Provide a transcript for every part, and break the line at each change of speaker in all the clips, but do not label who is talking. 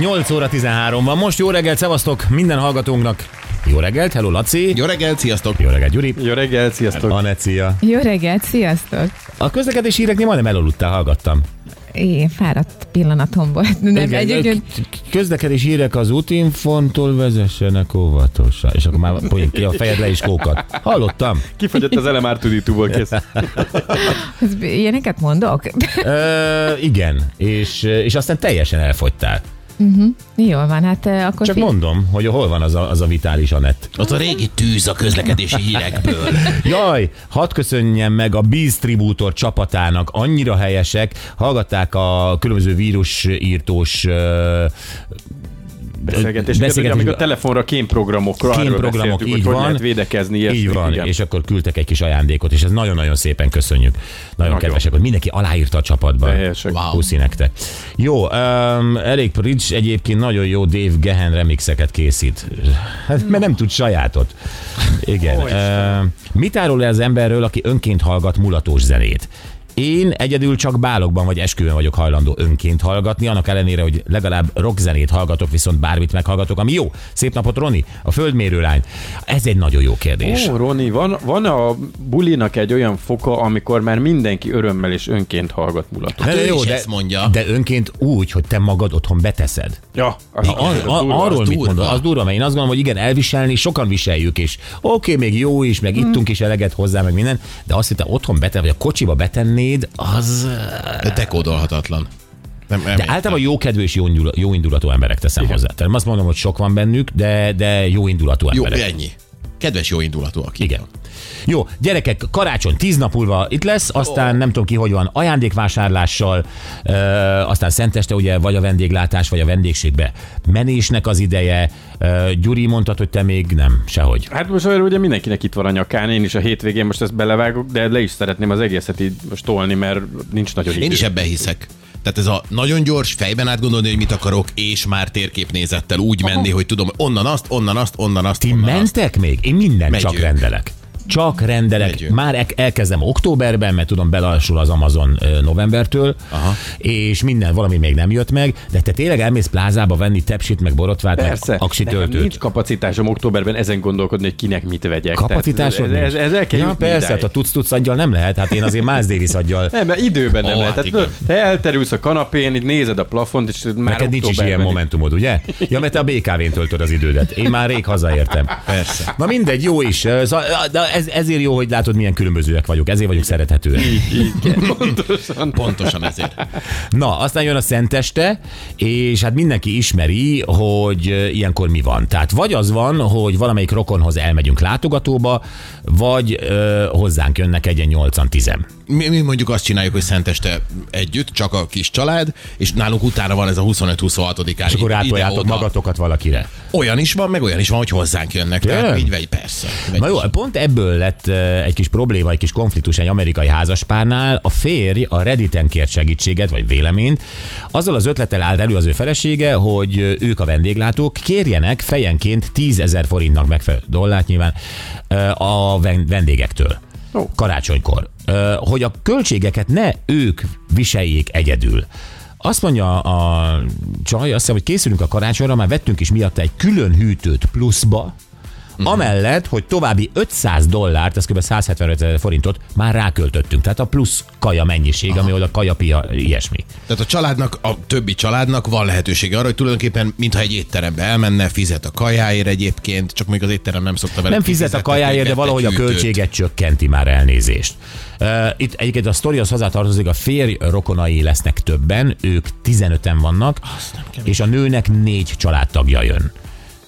8 óra 13 van. Most jó reggelt, szevasztok minden hallgatónknak. Jó reggelt, hello Laci.
Jó reggelt, sziasztok!
Jó reggelt, Gyuri.
Jó reggel, sziasztok!
Anecia.
Jó reggelt, sziasztok!
A közlekedési híreknél majdnem elaludtál, hallgattam.
Én fáradt pillanatom volt. Nem, Igen, egyébként
k- közlekedési hírek az útinfontól vezessenek óvatosan. És akkor már poén ki a fejed le is kókat. Hallottam.
Kifagyott az LMR tudítúból kész.
ez- ilyeneket mondok?
Ö, igen, és, és aztán teljesen elfogytál.
Jól van, hát eh, akkor...
Csak
fi-
mondom, hogy hol van az a, az a vitális Anett.
Az a régi tűz a közlekedési hírekből.
Jaj, hadd köszönjem meg a Beast Tribútor csapatának, annyira helyesek, hallgatták a különböző vírusírtós ö,
Beszélgetés.
Beszélgetés.
Beszélgetés. Amíg a telefonra kémprogramokra,
Kémprogramok,
arról beszéltük,
így
hogy hogy
van.
lehet védekezni. Ilyesmi.
Így van,
Igen.
és akkor küldtek egy kis ajándékot, és ez nagyon-nagyon szépen köszönjük. Nagyon,
Nagyon.
kedvesek, hogy mindenki aláírta a csapatban.
Teljesek.
Wow.
Puszi nektek. Jó, um, Eric Pritch egyébként nagyon jó Dave Gehen remixeket készít. Hát, mert nem tud sajátot. Igen. Um, mit árul le az emberről, aki önként hallgat mulatós zenét? Én egyedül csak bálokban vagy esküvőn vagyok hajlandó önként hallgatni, annak ellenére, hogy legalább rockzenét hallgatok, viszont bármit meghallgatok, ami jó. Szép napot, Roni, a földmérőlány. Ez egy nagyon jó kérdés.
Ó, Roni, van, van a bulinak egy olyan foka, amikor már mindenki örömmel és önként hallgat mulatot.
Hát
ő is ezt mondja.
De önként úgy, hogy te magad otthon beteszed.
Ja, az,
A,
az
a,
durva.
arról
az
mit
durva.
mondod? Az durva, mert én azt gondolom, hogy igen, elviselni, sokan viseljük, és oké, okay, még jó is, meg ittunk is eleget hozzá, meg minden, de azt, hogy te otthon beten, vagy a kocsiba betennéd, az...
Dekódolhatatlan. Nem, nem
De általában jókedvű és jó, indul, jó indulatú emberek teszem igen. hozzá. Tehát nem azt mondom, hogy sok van bennük, de, de jó indulatú
Jó,
emberek.
ennyi. Kedves jó indulatúak.
Igen. Jó, gyerekek, karácsony tíz nap múlva itt lesz, aztán nem tudom ki, hogy van ajándékvásárlással, ö, aztán szenteste ugye vagy a vendéglátás, vagy a vendégségbe menésnek az ideje. Ö, Gyuri mondtad, hogy te még nem, sehogy.
Hát most olyan, ugye mindenkinek itt van a nyakán, én is a hétvégén most ezt belevágok, de le is szeretném az egészet így most tolni, mert nincs nagyon idő.
Én is ebben hiszek. Tehát ez a nagyon gyors, fejben átgondolni, hogy mit akarok, és már térképnézettel úgy menni, hogy tudom, onnan azt, onnan azt, onnan azt,
Ti
onnan azt.
mentek még? Én minden
Megyünk.
csak rendelek. Csak rendelek.
Megyünk.
Már el- elkezdem októberben, mert tudom, belassul az Amazon ö, novembertől, Aha. és minden, valami még nem jött meg, de te tényleg elmész plázába venni tepsit, meg borotvát,
Persze,
meg aksi
nekem
töltőt.
nincs kapacitásom októberben ezen gondolkodni, hogy kinek mit vegyek.
Kapacitásod
Tehát ez, ez, ez, ez el kell
ja,
jutni
persze,
idáig.
hát a tudsz tudsz aggyal nem lehet, hát én azért más Davis aggyal.
Nem, mert időben nem
Ó,
oh, lehet.
hát
Hát Tehát, te elterülsz a kanapén, így nézed a plafont, és már
Neked nincs is
októberben
ilyen momentumod, ugye? Ja, mert te a BKV-n töltöd az idődet. Én már rég hazaértem.
Persze.
Na mindegy, jó is. Ez, de ez, ezért jó, hogy látod, milyen különbözőek vagyok. Ezért vagyok szerethetőek.
Pontosan ezért.
Na, aztán jön a szenteste, és hát mindenki ismeri, hogy ö, ilyenkor mi van. Tehát vagy az van, hogy valamelyik rokonhoz elmegyünk látogatóba, vagy ö, hozzánk jönnek egyen 8-10.
Mi, mi mondjuk azt csináljuk, hogy szenteste együtt, csak a kis család, és nálunk utána van ez a 25-26-án.
És akkor rátoljátok magatokat valakire.
Olyan is van, meg olyan is van, hogy hozzánk jönnek.
Tényleg?
Tehát így vegy, persze. Vegy
Na jó, pont ebből lett eh, egy kis probléma, egy kis konfliktus egy amerikai házaspárnál. A férj a Redditen kért segítséget, vagy véleményt. Azzal az ötlettel állt elő az ő felesége, hogy eh, ők a vendéglátók kérjenek fejenként 10 ezer forintnak megfelelő dollárt nyilván eh, a ven- vendégektől.
Ó.
Karácsonykor. Eh, Hogy a költségeket ne ők viseljék egyedül. Azt mondja a csaj, azt hiszem, hogy készülünk a karácsonyra, már vettünk is miatta egy külön hűtőt pluszba, Uh-huh. Amellett, hogy további 500 dollárt, ez kb. 175 ezer forintot már ráköltöttünk. Tehát a plusz kaja mennyiség, Aha. ami oda kaja, pia, ilyesmi.
Tehát a családnak, a többi családnak van lehetősége arra, hogy tulajdonképpen mintha egy étterembe elmenne, fizet a kajáért egyébként, csak még az étterem nem szokta vele.
Nem fizet a
kifizetni,
kajáért, de
egy
valahogy a
hűtőt.
költséget csökkenti már elnézést. Uh, itt egyébként a sztorihoz hozzátartozik, a férj rokonai lesznek többen, ők 15-en vannak, és a nőnek négy családtagja jön.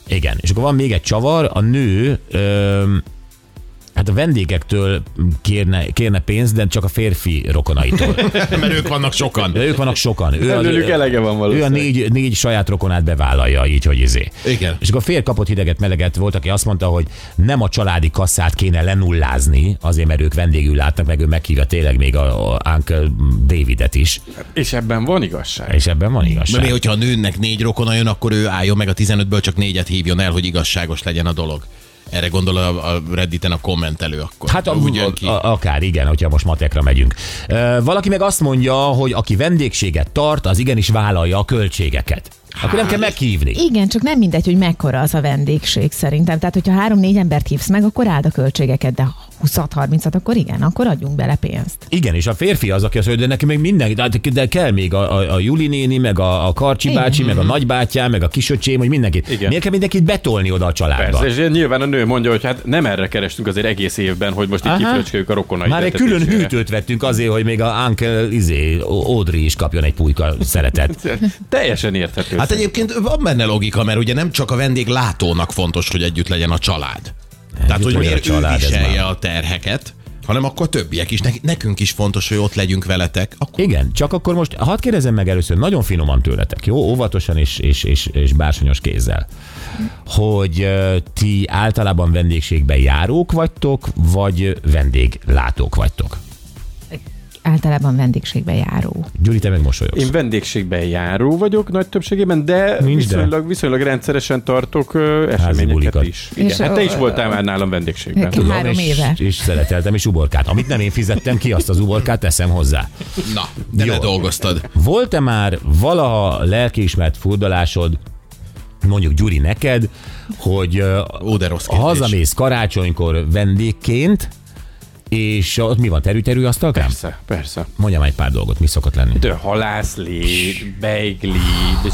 Igen, és akkor van még egy csavar, a nő öm, hát a vendégektől kérne, kérne pénzt, de csak a férfi rokonaitól.
Mert ők vannak sokan.
De ők vannak sokan. Ő az-
Belőlük elege van
ő a
valószínűleg.
négy, négy saját rokonát bevállalja, így, hogy izé.
Igen.
És akkor fél kapott hideget, meleget volt, aki azt mondta, hogy nem a családi kasszát kéne lenullázni, azért mert ők vendégül látnak, meg ő meghívja tényleg még a, a Uncle Davidet is.
És ebben van igazság.
És ebben van
Mert mi,
igazság.
hogyha a nőnek négy rokona jön, akkor ő álljon meg a 15-ből, csak négyet hívjon el, hogy igazságos legyen a dolog. Erre gondol a, a Redditen a kommentelő akkor.
Hát a,
Úgy jön ki.
a, a, akár, igen, hogyha most matekra megyünk. Ö, valaki meg azt mondja, hogy aki vendégséget tart, az igenis vállalja a költségeket. Akkor
Hát
nem kell meghívni.
Igen, csak nem mindegy, hogy mekkora az a vendégség szerintem. Tehát, hogyha három-négy embert hívsz meg, akkor áld a költségeket, de 20-30-at, akkor igen, akkor adjunk bele pénzt.
Igen, és a férfi az, aki azt mondja, de neki még minden, de, hát de kell még a, a, a Juli néni, meg a, a Karcsi
Igen.
bácsi, meg a nagybátyám, meg a kisöcsém, hogy mindenkit.
Igen.
Miért kell mindenkit betolni oda a családba?
Persze, és nyilván a nő mondja, hogy hát nem erre kerestünk azért egész évben, hogy most itt
Aha.
kifröcsköljük a rokonait.
Már egy külön
tettetésére.
hűtőt vettünk azért, hogy még a Uncle izé, Audrey is kapjon egy pulyka szeretet.
Teljesen érthető.
Hát egyébként van benne logika, mert ugye nem csak a vendéglátónak fontos, hogy együtt legyen a család. Tehát, hogy
legyen a
miért ő
család, ez
viselje
már.
a terheket, hanem akkor a többiek is. Nek- Nekünk is fontos, hogy ott legyünk veletek. Akkor
Igen, csak akkor most hadd kérdezem meg először, nagyon finoman tőletek, jó? Óvatosan és, és, és, és bársonyos kézzel. Hogy ö, ti általában vendégségben járók vagytok, vagy vendéglátók vagytok?
Általában vendégségbe járó.
Gyuri, te meg mosolyogsz.
Én vendégségben járó vagyok nagy többségében, de
Nincs de.
viszonylag, viszonylag rendszeresen tartok ö, eseményeket
bulikat.
is. Igen.
És
Hát te
a-
is voltál már nálam vendégségben.
Ki- Három
és,
éve.
és szereteltem is uborkát. Amit nem én fizettem ki, azt az uborkát teszem hozzá.
na, de
Jó.
ne dolgoztad.
Volt-e már valaha lelkiismert furdalásod, mondjuk Gyuri neked, hogy ö,
Ó, de rossz kérdés.
hazamész karácsonykor vendégként, és ott mi van, terű-terű asztalkám?
Persze, persze.
Mondjam egy pár dolgot, mi szokott lenni.
De halászlé, beigli,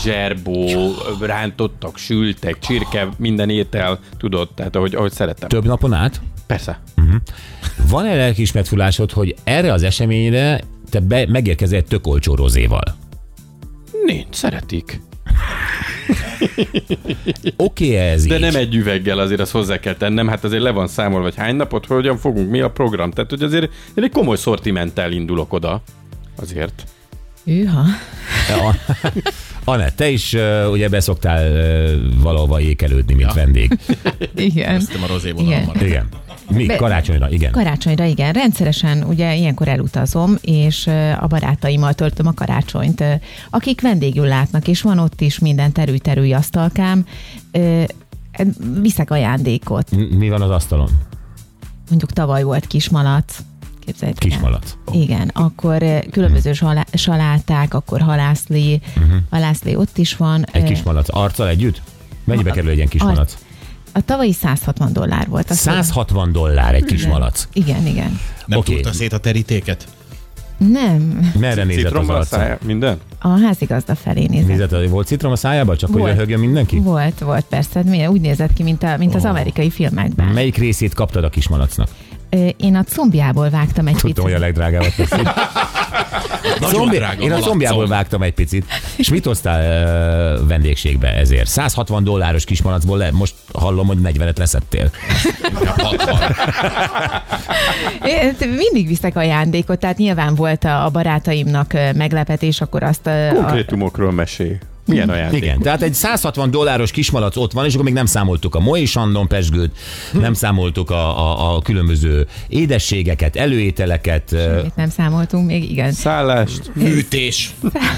zserbó, rántottak, sültek, csirke, minden étel, tudod, tehát ahogy, ahogy szerettem.
Több napon át?
Persze.
Van-e lelkiismert furulásod, hogy erre az eseményre te be, megérkezel egy tök olcsó rozéval?
Nincs, szeretik.
Oké okay, ez
De
így?
nem egy üveggel azért azt hozzá kell tennem, hát azért le van számolva, vagy hány napot, hogy hogyan fogunk, mi a program. Tehát, hogy azért én egy komoly szortimenttel indulok oda. Azért.
Hűha.
Ja. Anne, te is uh, ugye beszoktál uh, valahova ékelődni, mint ja. vendég.
Igen.
Ezt a rozé
Igen.
vonalon maradt.
igen. Mi?
Be-
Karácsonyra, igen.
Karácsonyra igen, rendszeresen ugye ilyenkor elutazom, és ö, a barátaimmal töltöm a karácsonyt, ö, akik vendégül látnak, és van ott is minden terű-terű asztalkám, ö, viszek ajándékot.
M- Mi van az asztalon?
Mondjuk tavaly volt kismalac, képzeljétek el.
Kismalac.
Igen, akkor ö, különböző zsalá- saláták, akkor halászlé, uh-huh. halászlé ott is van.
Egy
Ö,
kismalac. Arccal együtt? Mennyibe kerül egy ilyen kismalac?
A tavalyi 160 dollár volt. Azt
160 dollár egy kismalac.
Igen, igen.
Nem
Oké.
okay. tudta szét a terítéket?
Nem,
Merre nézett az
Citrommal a
arca?
szája, minden?
a házigazda felé nézett.
Nézett, hogy volt citrom a szájában, csak hogy
Volt.
röhögjön mindenki?
Volt, volt persze, milyen, úgy nézett ki, mint, a,
Oh.
mint az amerikai filmekben.
Melyik részét kaptad a kismalacnak?
Ö, Én a combjából vágtam egy
Tudtam, hogy a
picit.
legdrágábbat teszed.
Nagyon
Zombi, én
drága
a
malacom.
zombjából vágtam egy picit. És mit hoztál uh, vendégségbe ezért? 160 dolláros kismalacból le, most hallom, hogy 40-et leszettél.
Én mindig viszek ajándékot, tehát nyilván volt a, a barátaimnak ö, meglepetés, akkor azt... ö, A,
Konkrétumokról mesél. Milyen ajándék?
Igen, tehát egy 160 dolláros kismalac ott van, és akkor még nem számoltuk a Moé Sandon pesgőt, nem számoltuk a, a, a különböző édességeket, előételeket, ö,
mit nem számoltunk még, igen.
Szállást.
Műtés.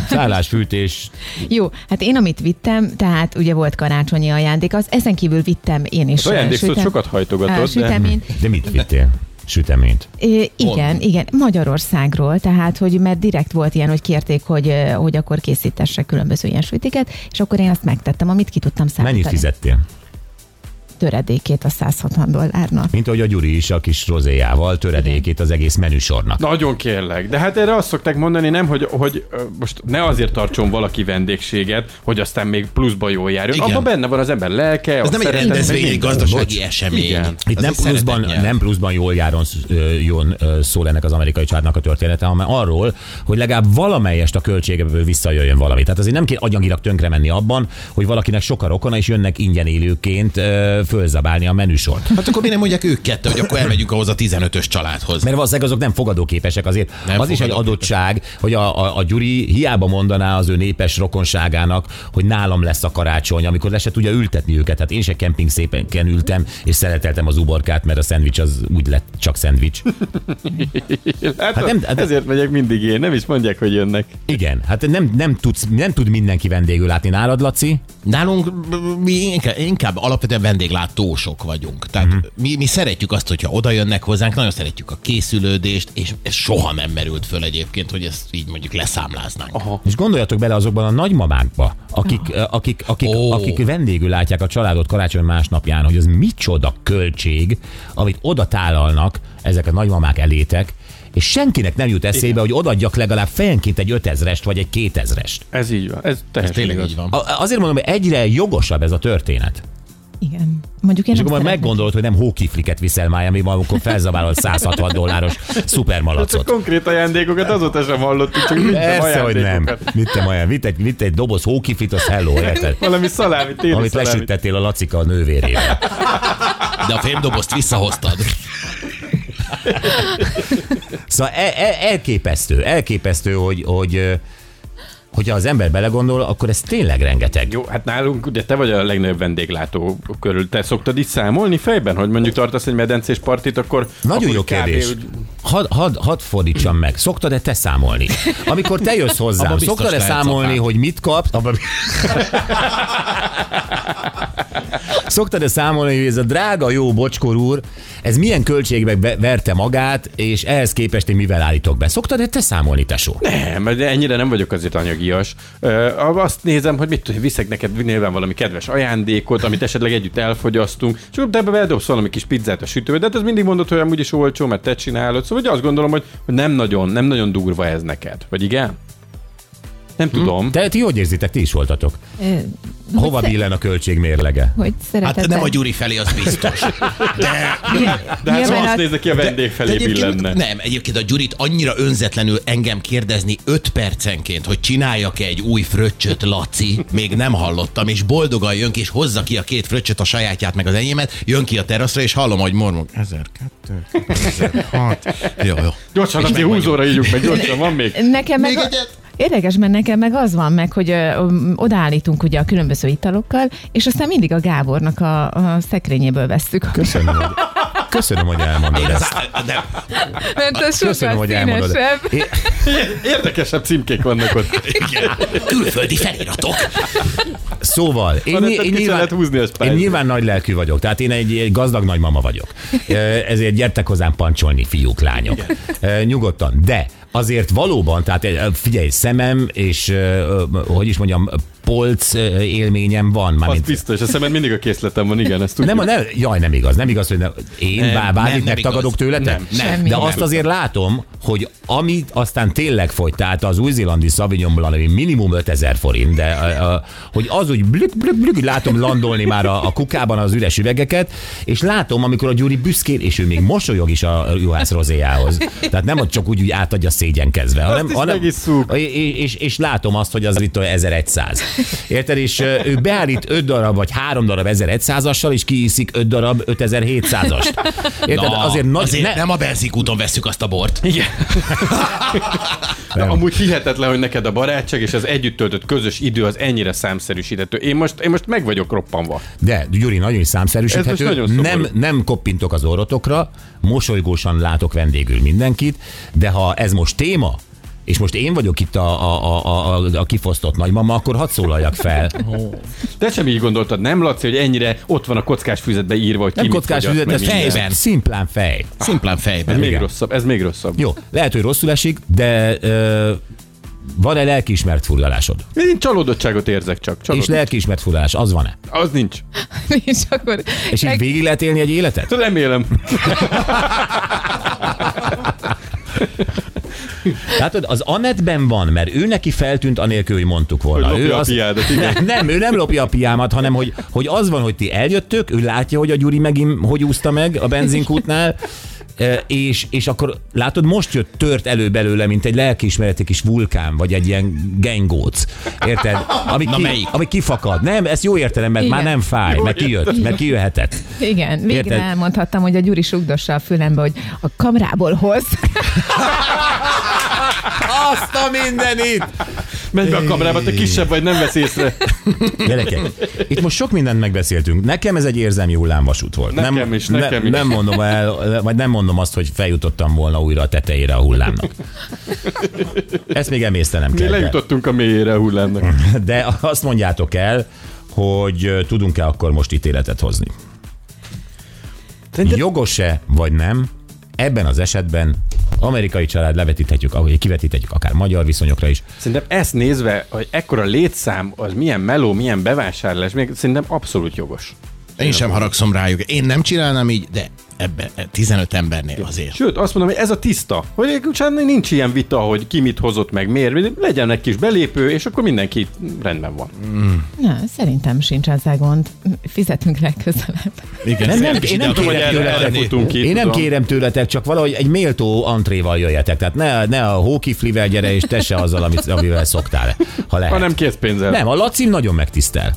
szállásfűtés.
Jó, hát én amit vittem, tehát ugye volt karácsonyi ajándék, az ezen kívül vittem én is. ö,
Ajándék szót
sütem-
sokat
ö,
hajtogatod, de...
Süteményt,
De mit vittél? Süteményt.
Ö, Igen, igen, Magyarországról, tehát, hogy mert direkt volt ilyen, hogy kérték, hogy, ö, hogy akkor készítessek különböző ilyen sütiket, és akkor én azt megtettem, amit ki tudtam számítani.
Mennyit fizettél?
Töredékét a 160 dollárnak.
Mint ahogy a Gyuri is a kis rozéjával töredékét az egész menüsornak.
Nagyon kérlek. De hát erre azt szokták mondani, nem, hogy, hogy ö, most ne azért tartson valaki vendégséget, hogy aztán még pluszba jól járjon.
Igen.
Abban benne van az ember lelke,
Ez nem egy rendezvény, egy gazdasági esemény.
Igen.
Itt
Ez
nem
egy
pluszban,
szeretetnyelv.
nem pluszban jól járon, ö, jön ö, szól ennek az amerikai csárnak a története, hanem arról, hogy legalább valamelyest a költségeből visszajöjjön valami. Tehát azért nem kell agyagilag tönkre menni abban, hogy valakinek sok a rokona, és jönnek ingyen élőként ö, fölzabálni a menüsort.
Hát akkor mi nem mondják ők kettő, hogy akkor elmegyünk ahhoz a 15-ös családhoz.
Mert valószínűleg azok nem fogadóképesek azért. Nem
Nem
az is egy
fogadóképesek.
adottság, hogy a, a, a Gyuri hiába mondaná az ő népes rokonságának, hogy nálam lesz a karácsony, amikor le se tudja ültetni őket. Hát én se kemping szépen ültem, és szereteltem az uborkát, mert a szendvics az úgy lett csak szendvics.
Hát,
Hát
hát
nem-
nem,
hát-
ezért megyek mindig én, nem is mondják, hogy jönnek.
Igen, hát nem, nem, tudsz, nem tud mindenki vendégül látni nálad, Laci.
Nálunk b- mi inkább, inkább alapvetően vendéglátósok vagyunk. Tehát uh-huh. mi, mi szeretjük azt, hogyha oda jönnek hozzánk, nagyon szeretjük a készülődést, és ez soha nem merült föl egyébként, hogy ezt így mondjuk leszámláznánk. Aha.
És gondoljatok bele azokban a nagymamákba, akik, akik, akik,
Ó.
oh. akik vendégül látják a családot karácsony másnapján, hogy az micsoda költség, amit oda tálalnak ezek a nagymamák elétek, és senkinek nem jut eszébe, Igen. hogy odadjak legalább fejenként egy ötezrest vagy egy kétezrest.
Ez így van. Ez
Ez
teljesen
tényleg
igaz.
így van.
A- Azért mondom, hogy egyre jogosabb ez a történet.
Igen. Mondjuk én
És
nem
akkor majd
szeretném.
meggondolod, hogy nem hókifliket viszel Miami-ba, amikor felzabálod 160 dolláros
Csak
szupermalacot.
konkrét ajándékokat azóta sem hallottuk, csak minden
Persze, hogy nem.
ajándékokat.
Mit te olyan? Vitt egy, vitt egy doboz hókiflit, az hello, érted?
Valami szalámi, téli
Amit
szalámi.
lesütettél a Lacika a nővérével.
De a fémdobozt visszahoztad.
Szóval el, el, elképesztő, elképesztő, hogy, hogy ö, hogyha az ember belegondol, akkor ez tényleg rengeteg.
Jó, hát nálunk ugye te vagy a legnagyobb vendéglátó körül. Te szoktad így számolni fejben, hogy mondjuk tartasz egy medencés partit, akkor...
Nagyon
akkor
jó
kb.
kérdés.
úgy-
Hadd had, had fordítsam meg. Szoktad-e te számolni? Amikor te jössz hozzám,
Abba biztos
szoktad-e
lehet
számolni,
szokás.
hogy mit kapsz? Abba... Szoktad-e számolni, hogy ez a drága jó bocskor úr, ez milyen költségbe be- verte magát, és ehhez képest én mivel állítok be? Szoktad-e te számolni, tesó?
Nem, mert ennyire nem vagyok azért anyagias. Ö, azt nézem, hogy mit tudom, viszek neked nyilván valami kedves ajándékot, amit esetleg együtt elfogyasztunk, és akkor te ebbe bedobsz valami kis pizzát a sütőbe, de hát ez mindig mondod, hogy amúgy is olcsó, mert te csinálod. Szóval hogy azt gondolom, hogy, hogy nem, nagyon, nem nagyon durva ez neked. Vagy igen? Nem tudom.
Te, ti hogy érzitek? Ti is voltatok.
Ö,
Hova
hogy, sze-
billen a költség mérlege?
hogy szeretettel.
Hát nem a Gyuri felé, az biztos.
De hát
Nyilván
szóval azt
a-
nézek ki a vendég felé
De egyébként-
billenne.
Nem, egyébként a Gyurit annyira önzetlenül engem kérdezni 5 percenként, hogy csináljak-e egy új fröccsöt, Laci, még nem hallottam, és boldogan jön ki, és hozza ki a két fröccsöt, a sajátját, meg az enyémet, jön ki a teraszra, és hallom, hogy mormog. 1002, 1006. Jó, jó.
Gyorsan, azért húzóra ígyunk meg, gyorsan, van még.
Nekem meg
Még
a-
egyet?
Érdekes, mert nekem meg az van meg, hogy ö, ö, odaállítunk ugye a különböző italokkal, és aztán mindig a Gábornak a, a szekrényéből vesszük.
Köszönöm, hogy, köszönöm, hogy elmondod ezt.
Á, Nem,
Mert ez
Köszönöm,
sokkal
hogy elmondod.
színesebb.
É,
Érdekesebb címkék vannak ott.
igen. Külföldi feliratok.
Szóval, én,
Van,
én,
tehát
én,
ki
nyilván,
kellett húzni a
én
spájzot.
nyilván nagy lelkű vagyok, tehát én egy, egy gazdag nagymama vagyok. Ö, Ezért gyertek hozzám pancsolni, fiúk, lányok. Ö, Nyugodtan. De azért valóban, tehát ö, figyelj, szemem és, ö, ö, hogy is mondjam, polc ö, élményem van.
Az
Mármint,
biztos, a szemed mindig a készletem van, igen, ezt tudjuk.
nem, nem, jaj, nem igaz, nem igaz, hogy nem, én
Nem,
bár-
nem,
bármit
nem
megtagadok
igaz.
tőletek?
Nem,
nem,
De
nem.
azt azért látom, hogy amit aztán tényleg fogy, tehát az új-zélandi Sauvignon Blanc, ami minimum 5000 forint, de a, a, hogy az úgy blük, blük, blük, látom landolni már a, a kukában az üres üvegeket, és látom, amikor a Gyuri büszkén, és ő még mosolyog is a juhász rozéjához. Tehát nem ott csak úgy, úgy átadja szégyenkezve, hanem,
is
hanem
megisszuk.
és, és, és látom azt, hogy az itt olyan 1100. Érted? És ö, ő beállít 5 darab vagy 3 darab 1100-assal, és kiiszik 5 darab 5700-ast. Érted?
Na,
azért nagy,
azért
ne,
nem a benzinkúton veszük azt a bort.
Igen. De amúgy hihetetlen, hogy neked a barátság és az együtt töltött közös idő az ennyire számszerűsíthető. Én most, én most meg vagyok roppanva.
De Gyuri nagyon is
Ez
számszerűsíthető.
most nagyon szomorú.
nem, nem koppintok az orrotokra, mosolygósan látok vendégül mindenkit, de ha ez most téma, és most én vagyok itt a, a, a, a, a- a kifosztott nagymama, akkor hadd szólaljak fel.
Te sem így gondoltad, nem Laci, hogy ennyire ott van a kockás füzetbe írva, hogy
Nem
ki mit
kockás üzlet,
fogyaszt, meg
de
minden.
fejben.
Fejben.
Szimplán fej.
Szimplán fejben.
Ez még
Igen.
rosszabb, ez még rosszabb.
Jó, lehet, hogy rosszul esik, de ö, van-e lelkiismert furlalásod?
Én csalódottságot érzek csak.
És
Csalódott.
lelkiismert furlalás, az van-e?
Az nincs.
És akkor
És így végig lehet élni egy életet?
Szóval Remélem.
Látod, az Anetben van, mert ő neki feltűnt, anélkül, hogy mondtuk volna.
Hogy lopja
ő
a piádat, igen.
Nem, ő nem lopja a piámat, hanem hogy, hogy az van, hogy ti eljöttök, ő látja, hogy a Gyuri megint hogy úszta meg a benzinkútnál, ö, és, és akkor látod, most jött tört elő belőle, mint egy lelkiismereti kis vulkán, vagy egy ilyen gengóc. Érted? Ami,
Na
ki,
melyik?
ami kifakad. Nem, ez jó értelemben,
Igen.
már nem fáj, mert kijött, mert kijöhetett.
Igen, végre
Érted?
Érted? elmondhattam, hogy a Gyuri sugdossa a fülembe, hogy a kamrából hoz.
Azt a mindenit!
Menj be a kamerába, te kisebb vagy, nem vesz észre.
Gyerekek, itt most sok mindent megbeszéltünk. Nekem ez egy érzelmi hullámvasút volt.
Nekem is, nekem
ne,
is.
Nem mondom el, vagy nem mondom azt, hogy feljutottam volna újra a tetejére a hullámnak. Ezt még emésztenem
Mi
kell. de-
lejutottunk a mélyére a hullámnak.
De azt mondjátok el, hogy ö, tudunk-e akkor most ítéletet hozni. Jogos-e, vagy nem, ebben az esetben Amerikai család levetíthetjük, ahogy kivetíthetjük, akár magyar viszonyokra is.
Szerintem ezt nézve, hogy ekkora létszám, az milyen meló, milyen bevásárlás, még szerintem abszolút jogos.
Én sem haragszom rájuk. Én nem csinálnám így, de ebben 15 embernél azért.
Sőt, azt mondom, hogy ez a tiszta, hogy utána nincs ilyen vita, hogy ki mit hozott meg, miért, legyen egy kis belépő, és akkor mindenki rendben van.
Na, szerintem sincs ezzel gond. Fizetünk legközelebb.
Igen,
Nem, nem,
ezért is
én nem
ide
tudom, hogy
akarják
erre
elvenni.
futunk ki.
Én nem
tudom.
kérem tőletek, csak valahogy egy méltó antréval jöjjetek. Tehát ne, ne a hókiflivel gyere, és te se azzal, amit, amivel szoktál, ha lehet.
Ha nem készpénzzel.
nem, a Laci nagyon megtisztel.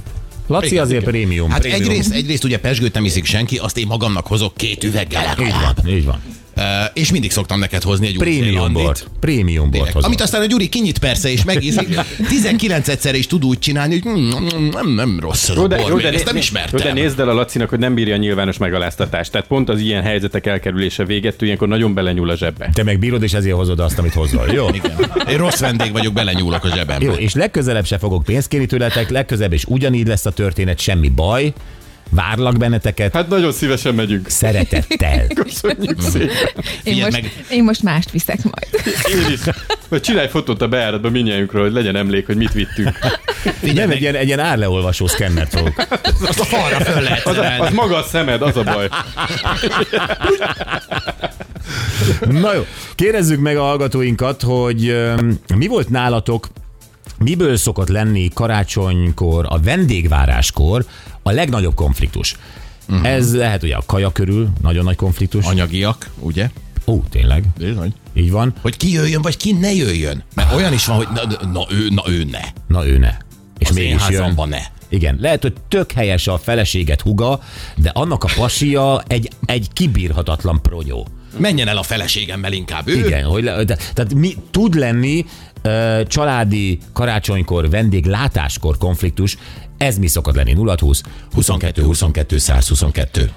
Laci
Igen,
igen, azért igen. prémium.
Hát
prémium.
egyrészt, egyrészt ugye pesgőt nem iszik senki, azt én magamnak hozok két üveggel
Így
legalább.
van, így van.
E, és mindig szoktam neked hozni egy új
Prémium
zélandit.
bort. Prémium bort
Tényleg.
hozom.
Amit aztán a Gyuri kinyit persze, és megízik. 19 szer is tud úgy csinálni, hogy mm, mm, nem, nem rossz ez a
Jó, de-
bor,
jó,
még
de
ezt
né-
nem
né-
ismertem.
jó, De nézd el a Lacinak, hogy nem bírja a nyilvános megaláztatást. Tehát pont az ilyen helyzetek elkerülése véget, ő ilyenkor nagyon belenyúl a zsebbe.
Te meg bírod, és ezért hozod azt, amit hozol. Jó?
Igen. Én rossz vendég vagyok, belenyúlok a zsebembe.
Jó, és legközelebb se fogok pénzt kérni tőletek, legközelebb is ugyanígy lesz a történet, semmi baj. Várlak benneteket
Hát nagyon szívesen megyünk.
szeretettel.
Köszönjük szépen.
Én
Figyeld
most,
meg.
én most mást viszek majd.
Én is. Vagy csinálj fotót a bejáratba minnyájunkról, hogy legyen emlék, hogy mit vittünk.
Figyelj
Nem
meg,
egy ilyen, egy ilyen árleolvasó szkennert fogok.
azt a falra föl lehet
Az, a, az
emelni.
maga a szemed, az a baj.
Na jó, kérdezzük meg a hallgatóinkat, hogy öm, mi volt nálatok, miből szokott lenni karácsonykor, a vendégváráskor a legnagyobb konfliktus? Uh-huh. Ez lehet ugye a kaja körül, nagyon nagy konfliktus. Any-
Anyagiak, ugye?
Ó, tényleg,
Bizony.
így van.
Hogy ki jöjjön, vagy ki ne jöjjön. Mert olyan is van, hogy na, na ő, na ő ne.
Na ő ne. És
Az én
mégis jön.
házamban ne.
Igen, lehet, hogy tök helyes a feleséget huga, de annak a pasia egy, egy kibírhatatlan pronyó.
Menjen el a feleségemmel inkább. Ő,
Igen, hogy le, de, tehát mi tud lenni ö, családi karácsonykor, vendéglátáskor konfliktus, ez mi szokott lenni? 0 20 22 22 122.